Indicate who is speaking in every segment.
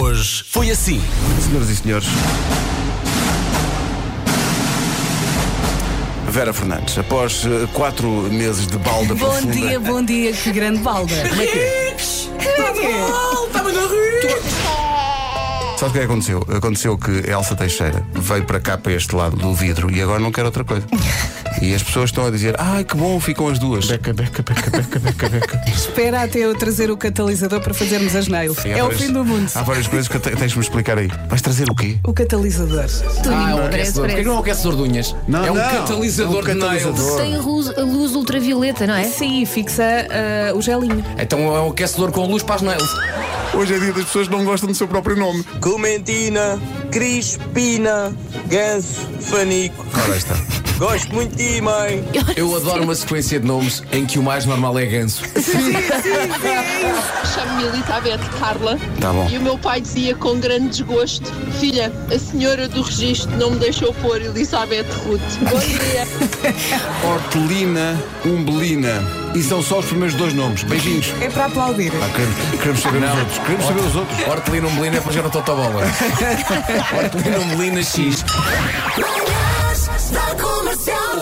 Speaker 1: Hoje foi assim.
Speaker 2: Senhoras e senhores. Vera Fernandes, após eh, quatro meses de balda
Speaker 3: Bom
Speaker 2: profunda.
Speaker 3: dia, bom dia, que grande balda. Como é que é?
Speaker 2: Sabe o que é que aconteceu? Aconteceu que Elsa Teixeira veio para cá, para este lado do vidro, e agora não quer outra coisa. E as pessoas estão a dizer, ai que bom, ficam as duas.
Speaker 3: É
Speaker 4: Beca, beca, beca, beca, beca, beca.
Speaker 3: Espera até eu trazer o catalisador para fazermos as nails.
Speaker 2: E há
Speaker 3: É o
Speaker 2: várias-
Speaker 3: fim do mundo.
Speaker 2: Há várias coisas que eu te- tens de me explicar aí. Vais trazer o quê?
Speaker 3: O catalisador.
Speaker 4: Ah,
Speaker 5: Tuning
Speaker 4: um
Speaker 5: Express.
Speaker 4: aquecedor. Porquê que não é um aquecedor de unhas?
Speaker 2: Não,
Speaker 4: é um
Speaker 2: não.
Speaker 4: catalisador
Speaker 2: É um
Speaker 4: de nails.
Speaker 2: catalisador.
Speaker 5: Tem luz, luz ultravioleta, não é?
Speaker 3: Sim, fixa ah, o gelinho.
Speaker 4: Então é um aquecedor com luz para as nails.
Speaker 2: Hoje é dia das pessoas que não gostam do seu próprio nome.
Speaker 6: Clementina, Crispina, Ganso, Fanico.
Speaker 2: Ora aí está.
Speaker 6: Gosto muito de ti, mãe.
Speaker 4: Eu adoro uma sequência de nomes em que o mais normal é ganso.
Speaker 7: Chamo-me Elizabeth Carla.
Speaker 2: Tá bom.
Speaker 7: E o meu pai dizia com grande desgosto: Filha, a senhora do registro não me deixou pôr Elizabeth Ruth. Bom dia.
Speaker 2: Hortelina Umbelina. E são só os primeiros dois nomes. Beijinhos.
Speaker 3: É para aplaudir.
Speaker 2: Ah, queremos, queremos saber os outros. Queremos saber os outros.
Speaker 4: Hortelina umbelina é para jogar no totobola. Hortelina umbelina X.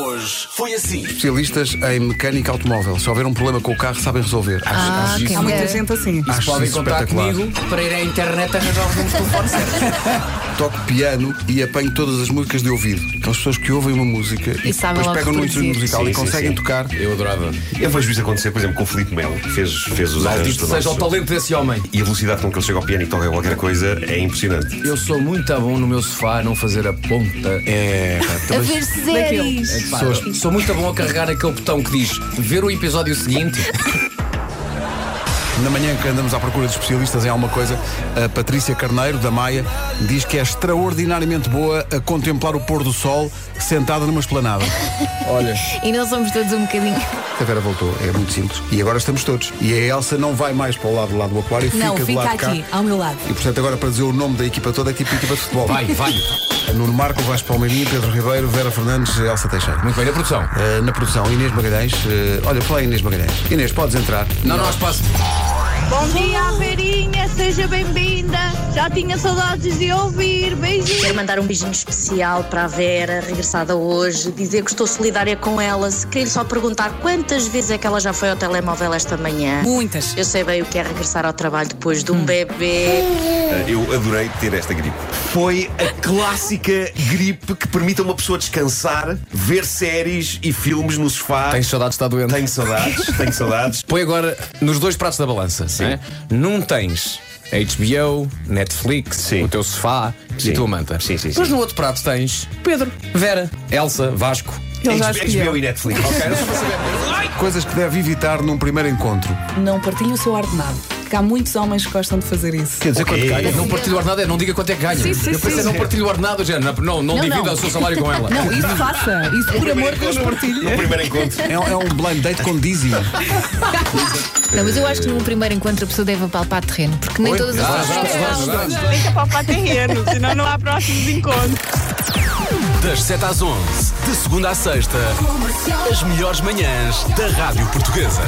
Speaker 1: Hoje foi assim.
Speaker 2: Especialistas em mecânica automóvel. Se houver um problema com o carro, sabem resolver. Acho,
Speaker 5: Ah,
Speaker 2: acho
Speaker 5: quem
Speaker 3: Há
Speaker 2: isso.
Speaker 3: muita
Speaker 5: É.
Speaker 3: gente assim.
Speaker 2: Acho
Speaker 4: Podem
Speaker 2: isso
Speaker 4: contar
Speaker 2: espetacular.
Speaker 4: comigo para ir à internet arranjar um- os números de telefone certo.
Speaker 2: Toco piano e apanho todas as músicas de ouvido. Aquelas pessoas que ouvem uma música e,
Speaker 5: E sabem
Speaker 2: depois
Speaker 5: logo
Speaker 2: pegam no
Speaker 5: reproduzir.
Speaker 2: instrumento musical e
Speaker 8: Sim, sim,
Speaker 2: conseguem
Speaker 8: sim.
Speaker 2: tocar.
Speaker 4: Eu adorava.
Speaker 8: Eu vejo isso acontecer, por exemplo, com o Filipe Melo, que fez, fez os arranjos do
Speaker 4: Maldito seja o
Speaker 8: nosso-
Speaker 4: talento desse homem.
Speaker 8: E a velocidade com que ele chega ao piano e toca qualquer coisa é impressionante.
Speaker 4: Eu sou muito bom no meu sofá a não fazer a ponta.
Speaker 2: É, pá,
Speaker 5: A
Speaker 2: também-
Speaker 5: ver
Speaker 4: É
Speaker 5: séries.
Speaker 4: Pá, Sou muito bom a carregar aquele botão que diz ver o episódio seguinte.
Speaker 2: na manhã que andamos à procura de especialistas em alguma coisa, a Patrícia Carneiro, da Maia, diz que é extraordinariamente boa a contemplar o pôr do sol sentada numa esplanada.
Speaker 4: Olha.
Speaker 5: E não somos todos um bocadinho.
Speaker 2: A Vera voltou, é muito simples. E agora estamos todos. E a Elsa não vai mais para o lado do lado do aquário,
Speaker 3: Não,
Speaker 2: fica do
Speaker 3: fica
Speaker 2: lado de
Speaker 3: Tá aqui,
Speaker 2: cá.
Speaker 3: ao meu lado.
Speaker 2: E portanto, agora para dizer o nome da equipa toda, é tipo equipa de futebol.
Speaker 4: Vai, vai.
Speaker 2: Nuno Marco, Vasco Palmeirinho, Pedro Ribeiro, Vera Fernandes, Elsa Teixeira.
Speaker 4: Muito bem, na produção.
Speaker 2: Eh, na produção, Inês Magalhães. eh, olha, fala aí, Inês Magalhães. Inês, podes entrar.
Speaker 4: Não, não há espaço.
Speaker 9: Bom dia, Verinha, seja bem-vinda. Já tinha saudades de ouvir. Beijinho.
Speaker 10: Quero mandar um beijinho especial para a Vera, regressada hoje, dizer que estou solidária com ela. Se queria só perguntar quantas vezes é que ela já foi ao telemóvel esta manhã.
Speaker 3: Muitas.
Speaker 10: Eu sei bem o que é regressar ao trabalho depois
Speaker 2: Hum.
Speaker 10: de um bebê.
Speaker 8: Ah, Eu adorei ter esta gripe. Foi a clássica gripe que permite a uma pessoa descansar, ver séries e filmes no sofá.
Speaker 4: Tens saudades de estar doente.
Speaker 8: Tenho saudades, tenho saudades.
Speaker 4: Põe agora nos dois pratos da balança. Sim. Num tens HBO, Netflix,
Speaker 8: Sim.
Speaker 4: o teu sofá e
Speaker 8: Sim.
Speaker 4: a tua manta.
Speaker 8: Sim, sim, sim.
Speaker 4: Mas no outro prato tens Pedro, Vera, Elsa, Vasco.
Speaker 3: Ele já
Speaker 8: HBO e
Speaker 3: escolheu.
Speaker 8: Netflix.
Speaker 2: Coisas que deve evitar num primeiro encontro.
Speaker 3: Não partilhe o seu ordenado. Que há muitos homens que gostam de fazer isso.
Speaker 2: Quer dizer, quando
Speaker 8: Ok.
Speaker 2: ganha.
Speaker 4: Não partilho o ordenado, é não diga quanto é que ganha.
Speaker 3: Sim, sim,
Speaker 4: Eu pensei,
Speaker 3: sim.
Speaker 4: não partilho o ordenado, já. Não, não, não
Speaker 5: Não,
Speaker 4: divida
Speaker 5: não.
Speaker 4: o seu salário com ela.
Speaker 3: Não, isso faça. Isso por amor que Deus partilhe.
Speaker 8: No primeiro encontro.
Speaker 2: É, um- é um blind date com dízimo.
Speaker 5: Não, mas eu acho que num primeiro encontro a pessoa deve apalpar terreno, porque nem todas as
Speaker 4: Ah,
Speaker 5: pessoas.
Speaker 4: já, já, já, já.
Speaker 9: Tem que apalpar terreno, senão não há próximos encontros.
Speaker 1: Das 7 às 11, de segunda à sexta, as melhores manhãs da Rádio Portuguesa.